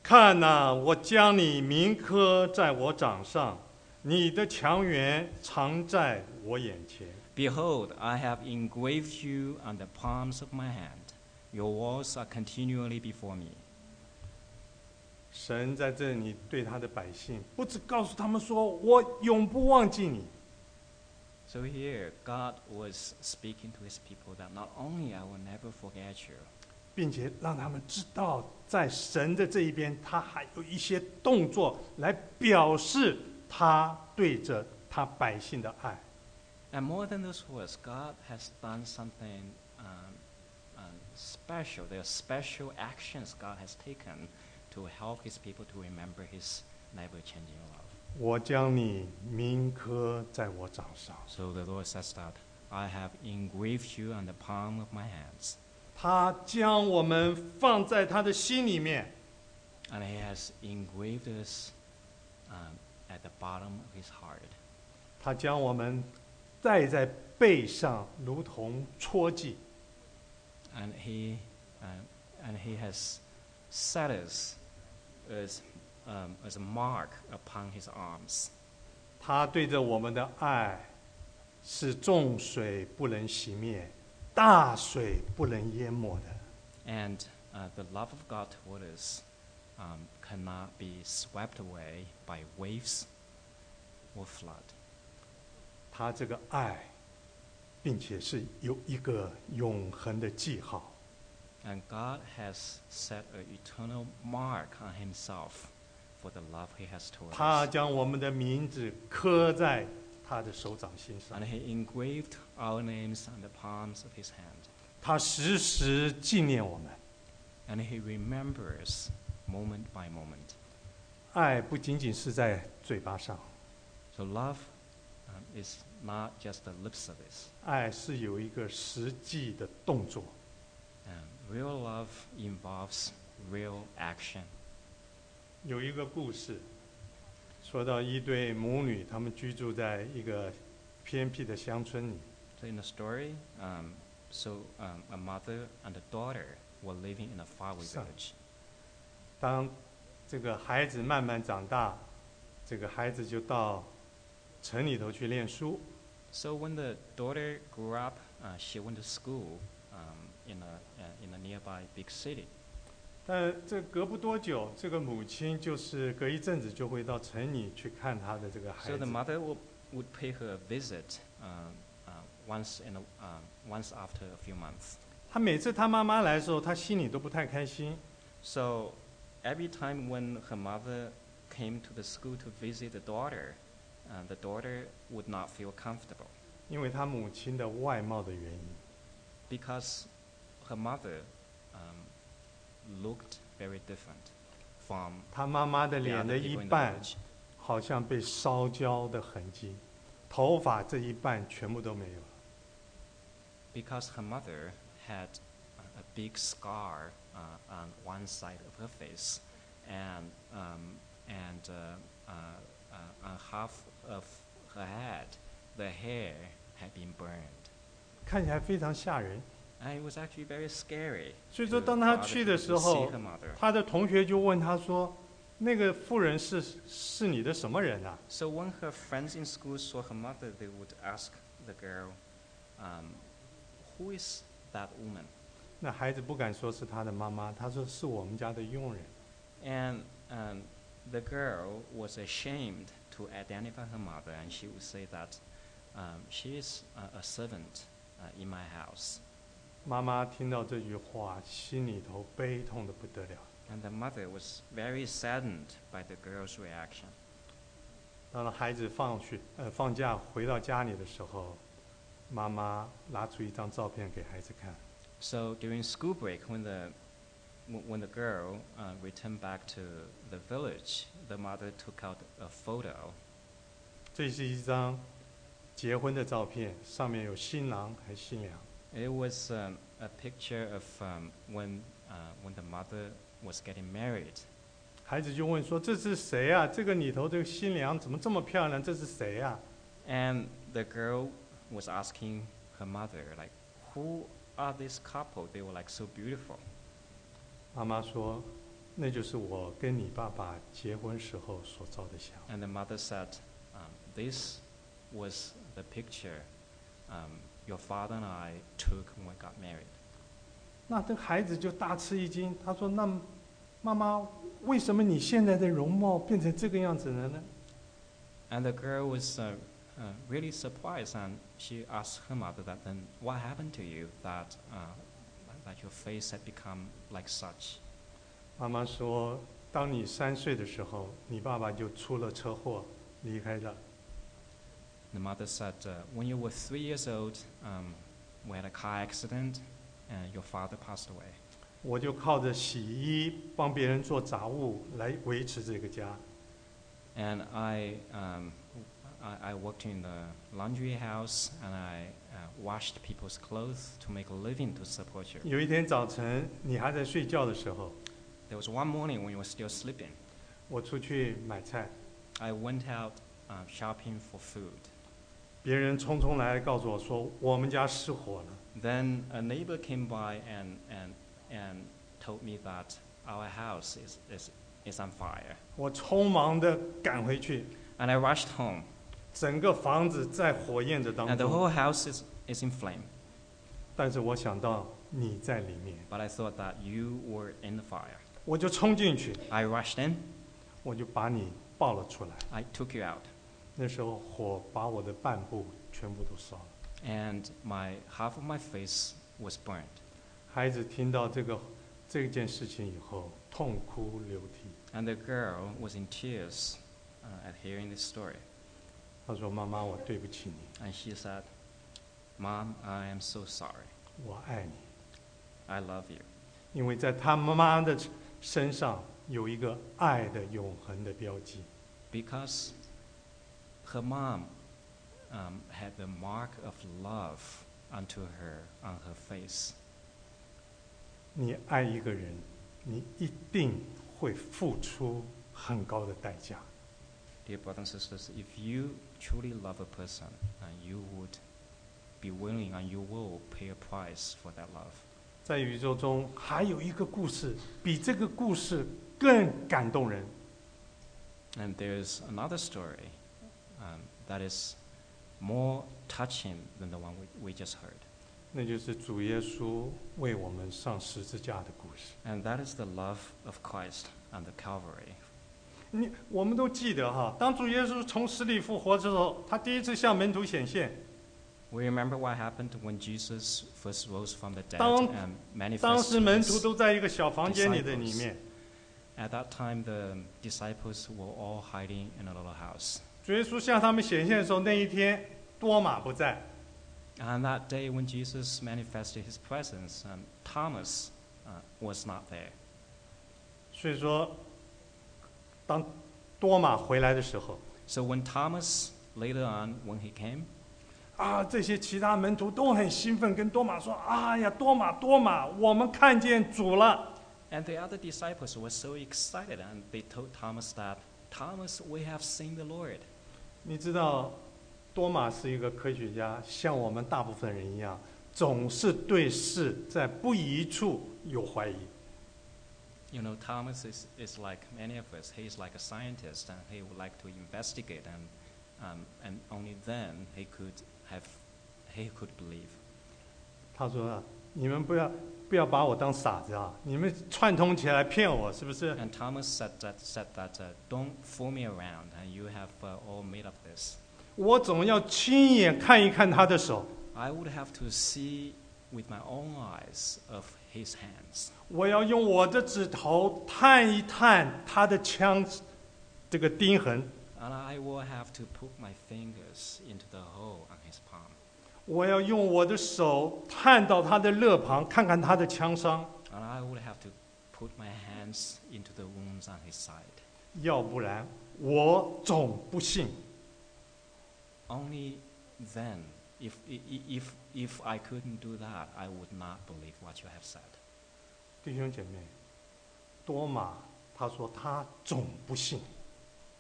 S2: 看呐、我将你铭刻在我掌上，你的强援常在我眼前。
S1: Behold, I have engraved you on the palms of my hand. Your walls are continually before me.
S2: 神在这里对他的百姓，不只告诉他们说我永不忘记你，
S1: So here, God was speaking to his people that not only I will never forget you,
S2: 并且让他们知道，在神的这一边，他还有一些动作来表示他对着他百姓的爱。
S1: and more than those words, God has done something um, um, special. There are special actions God has taken to help his people to remember his never changing love.
S2: 我将你铭刻在我掌上。
S1: So the Lord says that I have engraved you on the palm of my hands.
S2: 他将我们放在他的心里面，
S1: and he has engraved us um, at the bottom of his heart.
S2: 他将我们带在背上，如同戳记。
S1: And he, uh, and he has set us as, um, as a mark upon his arms.
S2: 他对着我们的爱是重水不能熄灭，大水不能淹没的。
S1: And uh, the love of God toward us um, cannot be swept away by waves or flood.
S2: 他这个爱，并且是有一个永恒的记号。
S1: And God has set an eternal mark on himself for the love he has toward
S2: 他
S1: us.
S2: 将我们的名字刻在他的手掌心上
S1: And，he engraved our names on the palms of his hand.
S2: 他时时纪念我们。
S1: And he remembers moment by moment.
S2: 爱不仅仅是在嘴巴上，
S1: So love um, is not just a lip service.
S2: 爱是有一个实际的动作。
S1: Um, real love involves real action.
S2: 有一个故事，说到一对母女，她们居住在一个偏僻的乡村里，
S1: So in the story, um, so um, a mother and a daughter were living in a faraway
S2: Son.
S1: village.
S2: 当这个孩子慢慢长大，这个孩子就到城里头去念书。
S1: So when the daughter grew up, uh, she went to school um, in, a, uh, in a nearby big city.
S2: 但这隔不多久，这个母亲就是隔一阵子就会到城里去看她的这个孩
S1: So the
S2: 子。
S1: mother will, would pay her a visit um, uh, once, in a, um, once after a few months.
S2: 她每次她妈妈来的时候，她心里都不太开心。
S1: So every time when her mother came to the school to visit the daughter, uh, the daughter would not feel comfortable
S2: 因为他母亲的外貌的原因，
S1: because her mother um, looked very different from
S2: 他妈妈的
S1: the
S2: 脸
S1: other
S2: 的
S1: people
S2: 一
S1: in the
S2: 半
S1: village.
S2: 好像被烧焦的痕迹，头发这一半全部都没有了。
S1: Because her mother had a a big scar uh, on one side of her face and, um, and uh, uh, uh, on half of her head, the hair had been burned.
S2: 看起来非常吓人。
S1: And it was actually very scary.
S2: 所
S1: to-
S2: 以说，当
S1: for
S2: 他
S1: other
S2: 去的
S1: people
S2: 时
S1: to see
S2: 候
S1: her，mother.
S2: 他的同学就问他说：“那个妇人是是你的什么人啊
S1: So when her friends in school saw her mother, they would ask the girl, um, "Who is that woman?"
S2: 那孩子不敢说是他的妈妈，他说是我们家的佣人。
S1: And um, the girl was ashamed to identify her mother, and she would say that um, she is a, a servant uh, in my house.
S2: 妈妈听到这句话，心里头悲痛的不得了。
S1: And the mother was very saddened by the girl's reaction.
S2: 当孩子放学呃放假回到家里的时候，妈妈拿出一张照片给孩子看，
S1: So during school break, when the when when the girl uh, returned back to the village, the mother took out a photo.
S2: 这是一张结婚的照片，上面有新郎和新娘。
S1: It was um, a picture of um, when uh, when the mother was getting married.
S2: 孩子就问说：“这是谁啊？这个里头这个新娘怎么这么漂亮？这是谁啊
S1: And the girl was asking her mother, like, who are this couple? They were like so beautiful.？”
S2: 妈妈说：“那就是我跟你爸爸结婚时候所照的相。
S1: And the mother said, um, this was the picture um, your father and I took when we got married. ”
S2: 那这孩子就大吃一惊，他说：“那妈妈，为什么你现在的容貌变成这个样子了呢
S1: And the girl was uh, uh, really surprised and she asked her mother that then what happened to you that, uh, that your face had become like such?？”
S2: 妈妈说：“当你三岁的时候，你爸爸就出了车祸，离开了。
S1: The mother said, uh, when you were three years old, um, we had a car accident and your father passed away.
S2: 我就靠着洗衣帮别人做杂物来维持这个家。
S1: And I, um, I, I worked in the laundry house and I uh, washed people's clothes to make a living to support you.
S2: 有一天早晨，你还在睡觉的时候，
S1: There was one morning when you were still sleeping.
S2: 我出去买菜，
S1: I went out uh, shopping for food.
S2: 别人匆匆来告诉我说我们家失火了。
S1: Then a neighbor came by and, and, and told me that our house is, is, is on fire.
S2: 我匆忙地赶回去，
S1: And I rushed home,
S2: 整个房子在火焰的当
S1: and the
S2: 中。
S1: whole house is, is in flame.
S2: 但是我想到你在里面，
S1: But I thought that you were in the fire.
S2: 我就冲进去，
S1: I rushed in,
S2: 我就把你抱了出来。
S1: I took you out,
S2: 那时候火把我的半部全部都烧了。
S1: and my half of my face was burned.
S2: 孩子听到这个这件事情以后，痛哭流涕。
S1: And the girl was in tears uh, at hearing this story.
S2: 他说：“妈妈，我对不起你，
S1: And she said, Mom, I am so sorry.
S2: 我爱你。”
S1: I love you.
S2: 因为在他妈妈的身上有一个爱的永恒的标记。
S1: because her mom um, had the mark of love unto her on her face.
S2: 你爱一个人，你一定会付出很高的代价。
S1: Dear brothers and sisters, if you truly love a person, uh, you would be willing and you will pay a price for that love.
S2: 在宇宙中还有一个故事，比这个故事更感动人。
S1: And there's another story um, that is more touching than the one we, we just heard.
S2: 那就是主耶稣为我们上十字架的故事。
S1: And that is the love of Christ and the Calvary
S2: 你我们都记得哈，当主耶稣从死里复活之后，他第一次向门徒显现，
S1: We remember what happened when Jesus first rose from the dead
S2: 当-
S1: and
S2: 当时门徒
S1: manifested.
S2: 都在一个小房间里的里面。
S1: At that time, the disciples were all hiding in a little house.
S2: 主耶稣向他们显现的时候，那一天多马不在，
S1: And that day, when Jesus manifested his presence, um, Thomas uh, was not there.
S2: 所以说，当多马回来的时候，
S1: So when Thomas later on, when he came,
S2: 啊，这些其他门徒都很兴奋，跟多马说：“哎呀，多马，多马，我们看见主了。
S1: and the other disciples were so excited, and they told Thomas that Thomas, we have seen the Lord. ”
S2: 你知道，多马是一个科学家，像我们大部分人一样，总是对事在不一处有怀疑。
S1: You know, Thomas is, is like many of us. He's like a scientist, and he would like to investigate, and, um, and only then he could have, he could believe.
S2: 他说：“啊，你们不要不要把我当傻子啊！你们串通起来骗我，是不是？”
S1: And Thomas said that, said that uh, don't fool me around, and you have uh, all made up this.
S2: 我总要亲眼看一看他的手，
S1: I would have to see with my own eyes of his hands.
S2: 我要用我的指头探一探他的枪，这个钉痕，
S1: And I will have to put my fingers into the hole on his palm.
S2: 我要用我的手探到他的肋旁，看看他的枪伤，
S1: And I would have to put comes on his side.
S2: 要不然我总不信。
S1: Only then, if, i- i- if, if I couldn't do that, I would not believe what you have said.
S2: 弟兄姐妹，多马他说他总不信，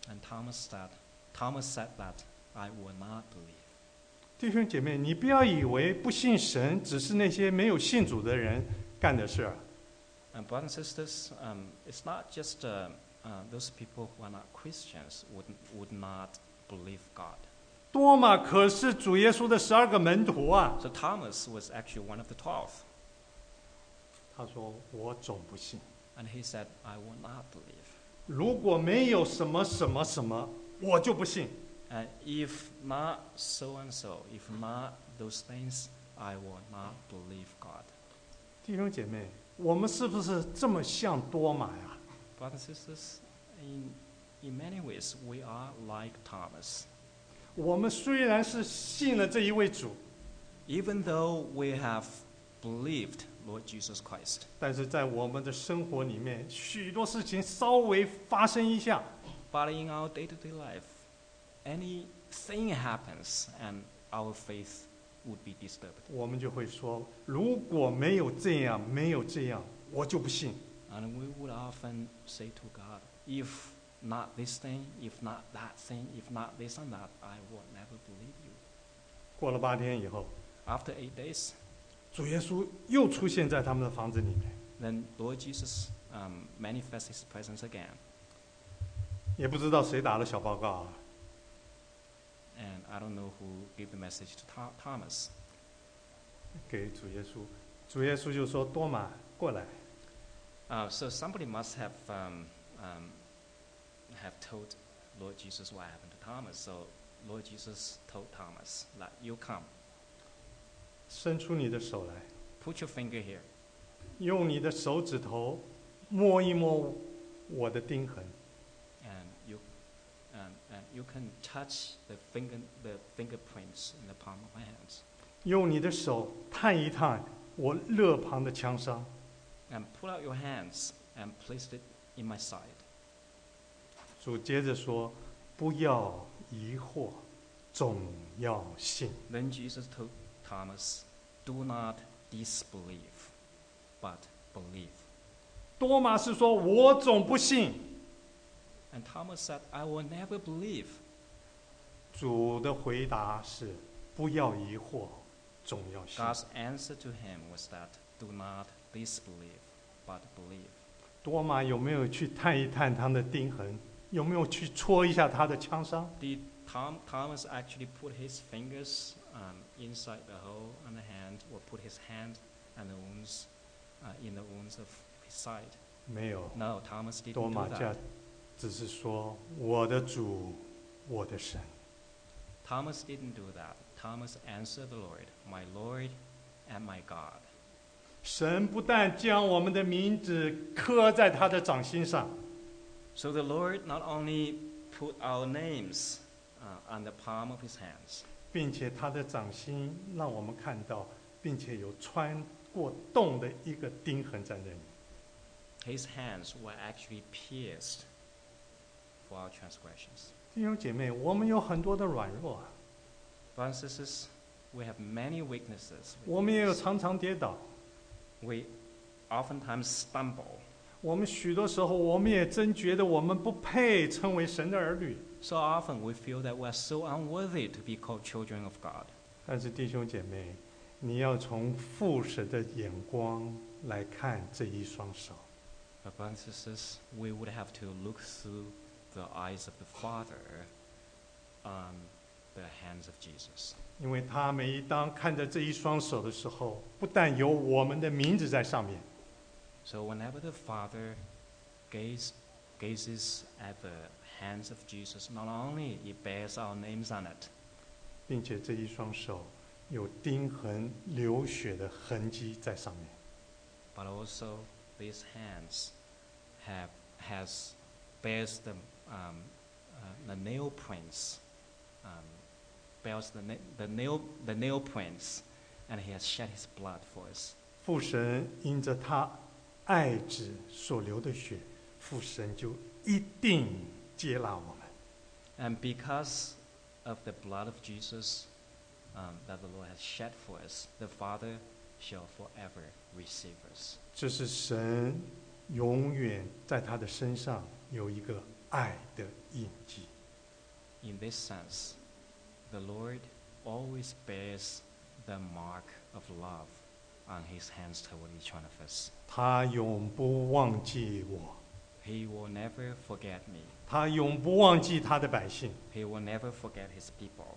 S1: And Thomas said, Thomas said that I will not believe.
S2: 弟兄姐妹，你不要以为不信神只是那些没有信主的人干的事儿。
S1: And brothers and sisters, um, it's not just uh, uh, those people who are not Christians would, would not believe God.
S2: 多马可是主耶稣的十二个门徒啊，
S1: So Thomas was actually one of the twelve,
S2: 他说我总不信。
S1: and he said, I will not believe.
S2: 如果没有什么什么什么，我就不信。
S1: And if not so and so, if not those things, I will not believe God.
S2: 弟兄姐妹，我们是不是这么像多马呀？
S1: Brothers and sisters, in, in many ways, we are like Thomas.
S2: 我们虽然是信了这一位主，
S1: Even though we have believed Lord Jesus Christ,
S2: 但是在我们的生活里面，许多事情稍微发生一下，
S1: but in our day to day life, anything happens and our faith would be disturbed.
S2: 我们就会说：如果没有这样，没有这样，我就不信。
S1: And we would often say to God, if not this thing, if not that thing, if not this and that, I will never believe you.
S2: 过了八天以后，
S1: After eight days,
S2: 主耶稣又出现在他们的房子里面，
S1: then Lord Jesus um, manifests his presence again.
S2: 也不知道谁打了小报告啊。
S1: And I don't know who gave the message to Tho- Thomas.
S2: 给主耶稣，主耶稣就说：“多马，过来。
S1: Uh, so somebody must have um, um, have told Lord Jesus what happened to Thomas. So Lord Jesus told Thomas that you come, ”
S2: 伸出你的手来，
S1: put your finger here,
S2: 用你的手指头摸一摸我的钉痕，
S1: and you and, and you can touch the finger the fingerprints in the palm of my hands,
S2: 用你的手探一探我肋旁的枪伤。
S1: and pull out your hands and place it in my side.
S2: 主接着说：“不要疑惑，总要信。
S1: Then Jesus told Thomas, Do not disbelieve, but believe. ”
S2: 多马是说：“我总不信。
S1: And Thomas said, I will never believe. ”
S2: 主的回答是：“不要疑惑，总要信。
S1: God's answer to him was that, Do not disbelieve, but believe. ”
S2: 多马有没有去探一探他的钉痕？有没有去戳一下他的枪伤？
S1: Did Tom, Thomas actually put his fingers um, inside the hole on the hand, or put his hand and the wounds uh, in the wounds of his side?
S2: 没有。
S1: No, Thomas didn't do
S2: 多马加
S1: that.
S2: 只是说：“我的主，我的神。
S1: Thomas didn't do that. Thomas answered the Lord, My Lord and my God. ”
S2: 神不但将我们的名字刻在他的掌心上，
S1: So the Lord not only put our names uh, on the palm of his hands,
S2: 并且他的掌心让我们看到，并且有穿过洞的一个钉痕在那里。
S1: his hands were actually pierced for our transgressions.
S2: 弟兄姐妹，我们有很多的软弱啊，
S1: Brothers and sisters, we have many weaknesses.
S2: 我们也有常常跌倒，
S1: We oftentimes stumble.
S2: 我们许多时候我们也真觉得我们不配称为神的儿女。
S1: So often we feel that we're so unworthy to be called children of God.
S2: 但是弟兄姐妹，你要从父神的眼光来看这一双手，
S1: But brothers and sisters, we would have to look through the eyes of the Father on the hands of Jesus.
S2: 因为他每当看着这一双手的时候，不但有我们的名字在上面，
S1: So whenever the Father gaze, gazes at the hands of Jesus, not only it bears our names on it,
S2: 并且这一双手有钉痕、流血的痕迹在上面。
S1: but also these hands have has bears the um, uh, the nail prints, um, bears the, na- the nail the nail prints, and he has shed his blood for us.
S2: 父神因着他爱子所流的血，父神就一定接纳我们。
S1: And because of the blood of Jesus um, that the Lord has shed for us, the Father shall forever receive us.
S2: 这是神永远在他的身上有一个爱的印记。
S1: In this sense, the Lord always bears the mark of love on his hands toward each one of us.
S2: 他永不忘记我，
S1: He will never forget me.
S2: 他永不忘记他的百姓。
S1: He will never forget his people.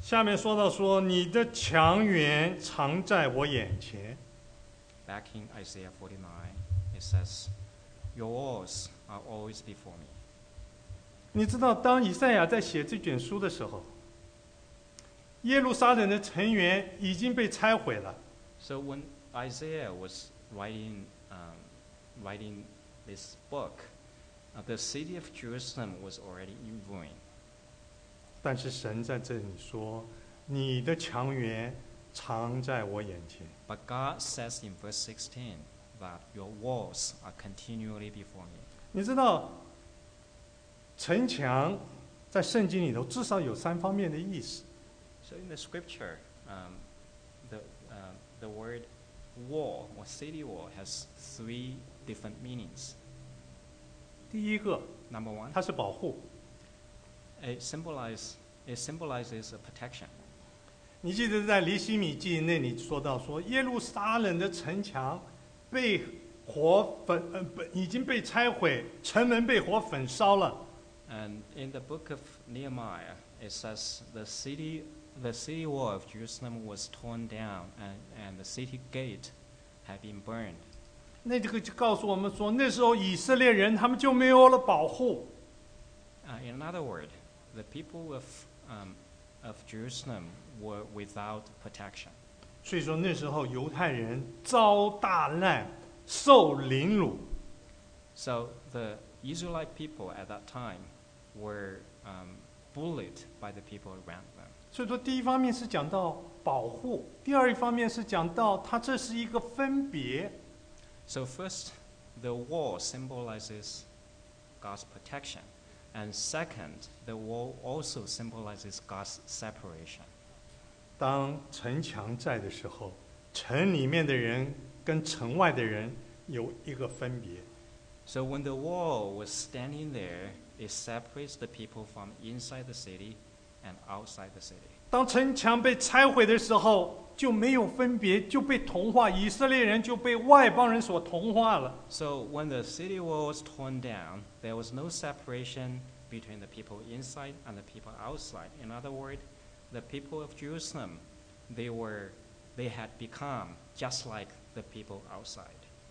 S2: 下面说到说，你的强援常在我眼前，
S1: Back in Isaiah 49, it says, Your walls are always before me.
S2: 你知道，当以赛亚在写这卷书的时候，耶路撒冷的成员已经被拆毁了，
S1: So when Isaiah was writing, um, writing this book, uh, the city of Jerusalem was already in ruin.
S2: 但是神在这里说：“你的强援常在我眼前。
S1: But God says in verse 16 that your walls are continually before me. ”
S2: 你知道，城墙在圣经里头至少有三方面的意思。
S1: So in the scripture, um, the, uh, the word wall or city wall has three different meanings.
S2: 第一个，
S1: Number one,
S2: 它是保护。
S1: it, symbolize, it symbolizes a protection.
S2: 你记得在离西米记那里说到说，耶路撒冷的城墙被火粉呃不已经被拆毁，城门被火焚烧了。
S1: And in the book of Nehemiah, it says the city, the city wall of Jerusalem was torn down, and, and the city gate had been burned.
S2: 那这个就告诉我们说，那时候以色列人他们就没有了保护，
S1: Uh, in other word, the people of, um, of Jerusalem were without protection.
S2: 所以说那时候犹太人遭大难，受凌辱。
S1: So the Israelite people at that time were um, bullied by the people around them.
S2: 所以说，第一方面是讲到保护，第二一方面是讲到它这是一个分别。
S1: So first, the wall symbolizes God's protection, and second, the wall also symbolizes God's separation.
S2: 当城墙在的时候，城里面的人跟城外的人有一个分别。
S1: So when the wall was standing there, it separates the people from inside the city and outside the city.
S2: 当城墙被拆毁的时候，就没有分别，就被同化，以色列人就被外邦人所同化了。
S1: So when the city wall was torn down, there was no separation between the people inside and the people outside. In other words, the people of Jerusalem, they were, they had become just like the people outside.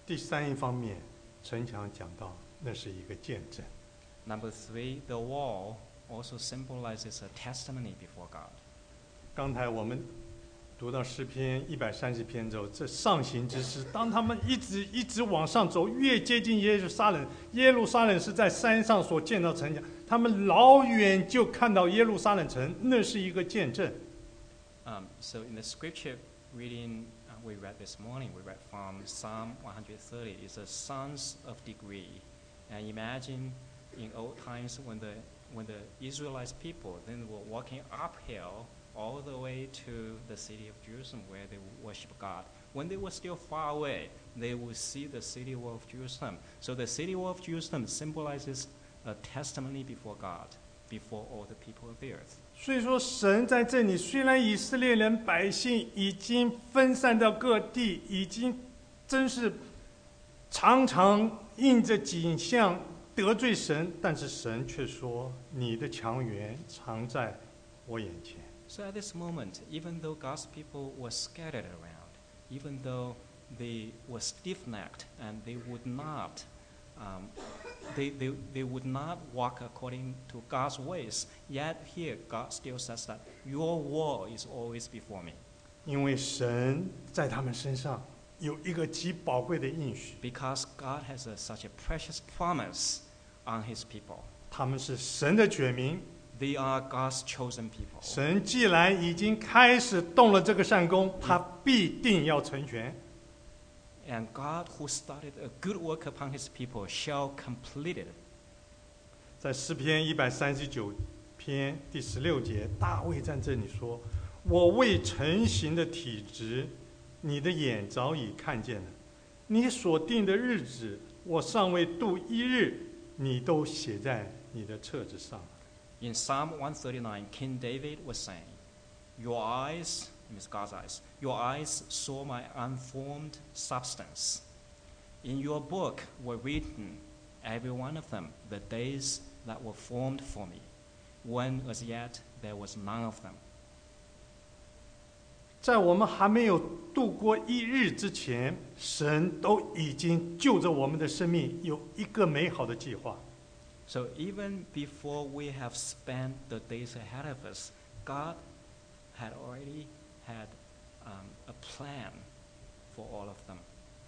S2: 第三一方面，城墙讲到那是一个见证。
S1: Number three, the wall also symbolizes a testimony before God.
S2: 刚才我们读到诗篇一百三十篇之后，这上行之诗，当他们一直一直往上走，越接近耶路撒冷，耶路撒冷是在山上所见到城墙，他们老远就看到耶路撒冷城，那是一个见证。
S1: Um, so in the scripture reading uh, we read this morning, we read from Psalm 130, it's a sons of degree. And imagine in old times when the when the Israelites people then were walking uphill all the way to the city of Jerusalem where they worship God. When they were still far away, they would see the city wall of Jerusalem. So the city wall of Jerusalem symbolizes a testimony before God, before all the people of the earth.
S2: 所以说，神在这里，虽然以色列人百姓已经分散到各地，已经真是常常印着景象得罪神，但是神却说：“你的强援常在我眼前。
S1: So at this moment, even though God's people were scattered around, even though they were stiff-necked and they would not, um, they, they, they would not walk according to God's ways, yet here God still says that your wall is always before me. ”
S2: 因为神在他们身上有一个极宝贵的应许，
S1: Because God has a, such a precious promise on his people.
S2: 他们是神的选民。
S1: They are God's chosen people.
S2: 神既然已经开始动了这个善功，他必定要成全。
S1: And God, who started a good work upon his people, shall complete it.
S2: 在诗篇一百三十九篇第十六节，大卫在这里说：“我未成形的体质，你的眼早已看见了；你所定的日子，我尚未度一日，你都写在你的册子上。
S1: In Psalm 139, King David was saying, Your eyes, means God's eyes, your eyes saw my unformed substance. In your book were written, every one of them, the days that were formed for me, when as yet there was none of them. ”
S2: 在我们还没有度过一日之前，神都已经就着我们的生命有一个美好的计划。
S1: So even before we have spent the days ahead of us, God had already had um, a plan for all of them.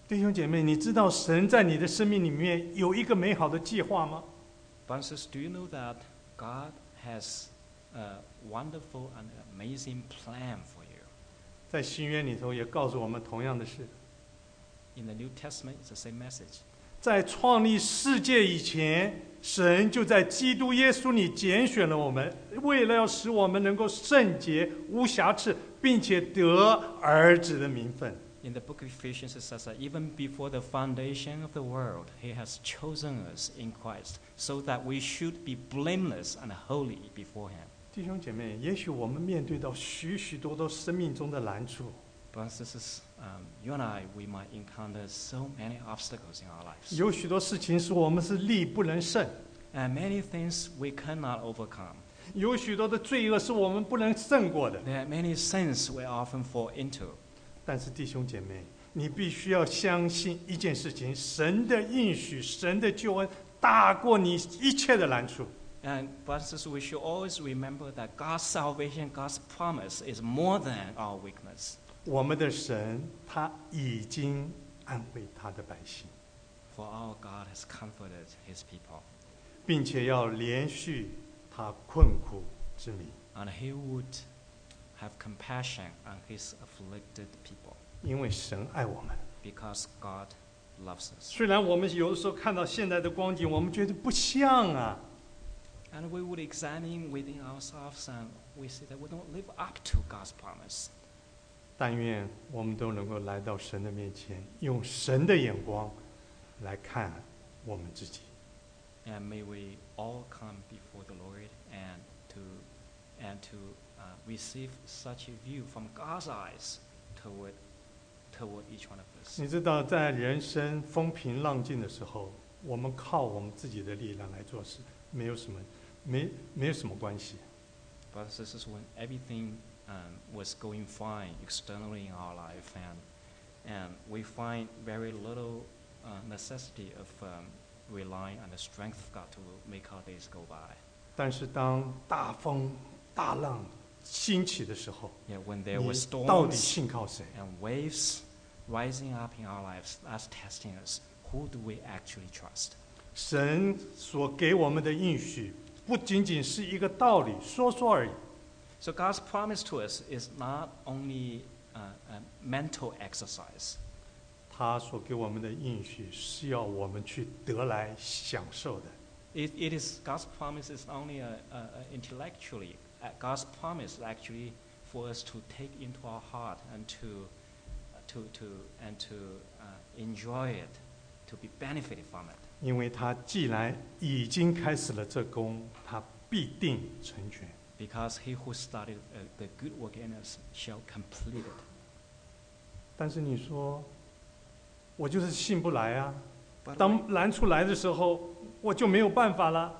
S2: 弟兄姐妹，你知道神在你的生命里面有一个美好的计划吗？
S1: Francis, do you know that God has a wonderful and amazing plan for you?
S2: 在新约里头也告诉我们同样的事，
S1: In the New Testament, it's the same message.
S2: 在创立世界以前，神就在基督耶稣里拣选了我们，为了要使我们能够圣洁、无瑕疵，并且得儿子的名分。
S1: In the book of Ephesians, it says that even before the foundation of the world, He has chosen us in Christ so that we should be blameless and holy before Him.
S2: 弟兄姐妹，也许我们面对到许许多多生命中的难处，
S1: Brothers and sisters, um, you and I, we might encounter so many obstacles in our lives.
S2: 有许多事情是我们是力不能胜，
S1: And many things we cannot overcome.
S2: 有许多的罪恶是我们不能胜过的。
S1: There are many sins we often fall into.
S2: 但是弟兄姐妹，你必须要相信一件事情：神的应许、神的救恩大过你一切的难处。
S1: And brothers and sisters, we should always remember that God's salvation, God's promise is more than our weakness.
S2: 我们的神他已经安慰他的百姓，
S1: For our God has comforted his people.
S2: 并且要连续他困苦之民，
S1: And he would have compassion on his afflicted people
S2: 因为神爱我们。
S1: because God loves us.
S2: 虽然我们有的时候看到现在的光景，我们觉得不像啊，
S1: And we would examine within ourselves and we see that we don't live up to God's promise.
S2: 但愿我们都能够来到神的面前，用神的眼光来看我们自己。
S1: And may we all come before the Lord and to, and to uh, receive such a view from God's eyes toward, toward each one of us.
S2: 你知道，在人生风平浪静的时候，我们靠我们自己的力量来做事，没有什么，没没有什么关系。
S1: Brothers and sisters, when everything um, was going fine externally in our life, and, and we find very little uh, necessity of um, relying on the strength of God to make our days go by.
S2: 但是当大风大浪兴起的时候，
S1: Yeah, when
S2: 你
S1: there were
S2: 到底
S1: storms
S2: 信靠谁？
S1: and waves rising up in our lives, that's testing us. Who do we actually trust?
S2: 神所给我们的应许，不仅仅是一个道理说说而已，
S1: So God's promise to us is not only uh, a mental exercise.
S2: 他所给我们的应许是要我们去得来享受的。
S1: It, it is God's promise is not only a, a, a intellectually. Uh, God's promise is actually for us to take into our heart and to, uh, to, to and to uh, enjoy it, to be benefited from it.
S2: 因为他既然已经开始了这功，他必定成全。
S1: Because he who started uh, the good work in us shall complete it.
S2: 但是你说，我就是信不来啊！
S1: But
S2: 当难处来的时候，我就没有办法了。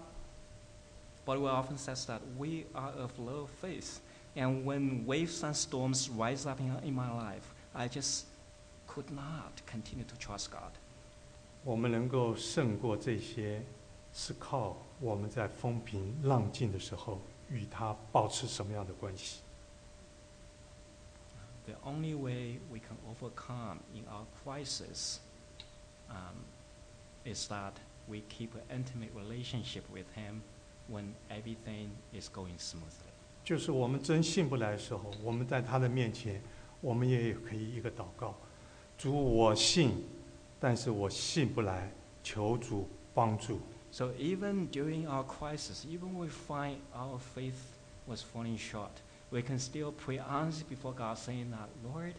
S1: But we often says that we are of little faith, and when waves and storms rise up in, in my life, I just could not continue to trust God.
S2: 我们能够胜过这些，是靠我们在风平浪静的时候与他保持什么样的关系。
S1: The only way we can overcome in our crisis um, is that we keep an intimate relationship with Him when everything is going smoothly.
S2: 就是我们真信不来的时候，我们在他的面前，我们也可以一个祷告，主，我信，但是我信不来，求主帮助。
S1: So even during our crisis, even we find our faith was falling short, we can still pray honestly before God, saying that, Lord,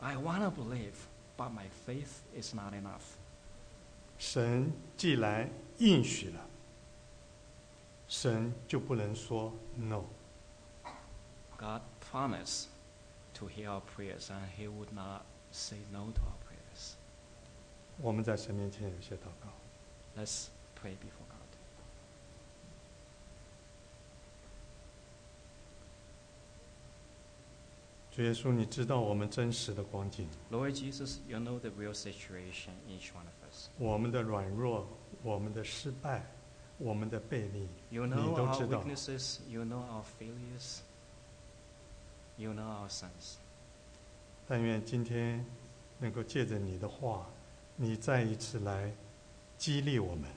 S1: I want to believe, but my faith is not enough.
S2: 神既然应许了，神就不能说 no。
S1: God promised to hear our prayers, and He would not say no to our prayers.
S2: 我们在神面前有些祷告，
S1: Let's pray before God.
S2: 主耶稣，你知道我们真实的光景，
S1: Lord Jesus, you know the real situation in each one of us.
S2: 我们的软弱，我们的失败，我们的背逆，
S1: You
S2: 你
S1: know
S2: 都
S1: our
S2: 知道。
S1: weaknesses, you know our failures, you know our sins.
S2: 但愿今天能够借着你的话，你再一次来激励我们，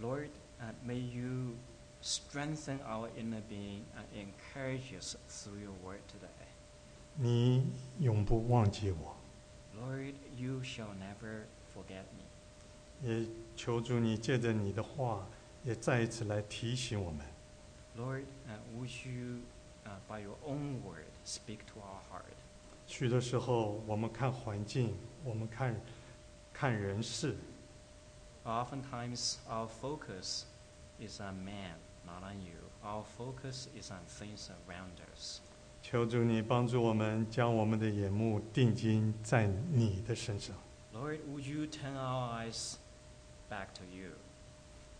S1: Lord, uh, may you strengthen our inner being and encourage us through your word today.
S2: 你永不忘记我，
S1: Lord, you shall never forget me.
S2: 也求主你借着你的话，也再一次来提醒我们，
S1: Lord, uh, would you, uh, by your own word, speak to our heart?
S2: 许多时候，我们看环境，我们看看人事，
S1: Oftentimes, our focus is on man, not on you. Our focus is on things around us.
S2: 求主你帮助我们，将我们的眼目定睛在你的身上。
S1: Lord, would you turn our eyes back to you?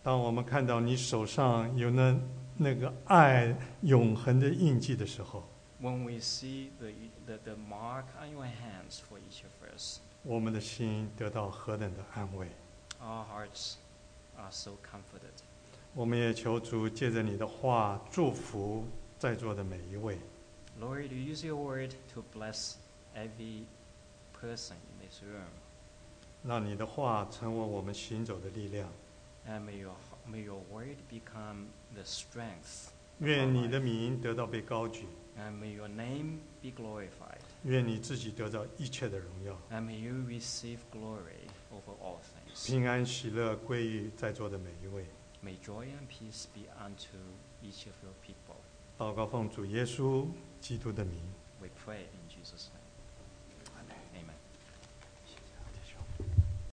S2: 当我们看到你手上有那那个爱永恒的印记的时候，
S1: When we see the, the, the mark on your hands for each of us,
S2: 我们的心得到何等的安慰！
S1: our hearts are so comforted.
S2: 我们也求主借着你的话祝福在座的每一位，
S1: Lord, you use your word to bless every person in this room.
S2: 让你的话成为我们行走的力量。
S1: And may your, may your word become the strength. of our
S2: 愿你的
S1: life.
S2: 名得到被高举，
S1: And may your name be glorified.
S2: 愿你自己得到一切的荣耀，
S1: And may you receive glory over all things.
S2: 平安喜乐归于在座的每一位。
S1: May joy and peace be unto each of your people.
S2: 祷告奉主耶稣基督的名，
S1: We pray in Jesus' name.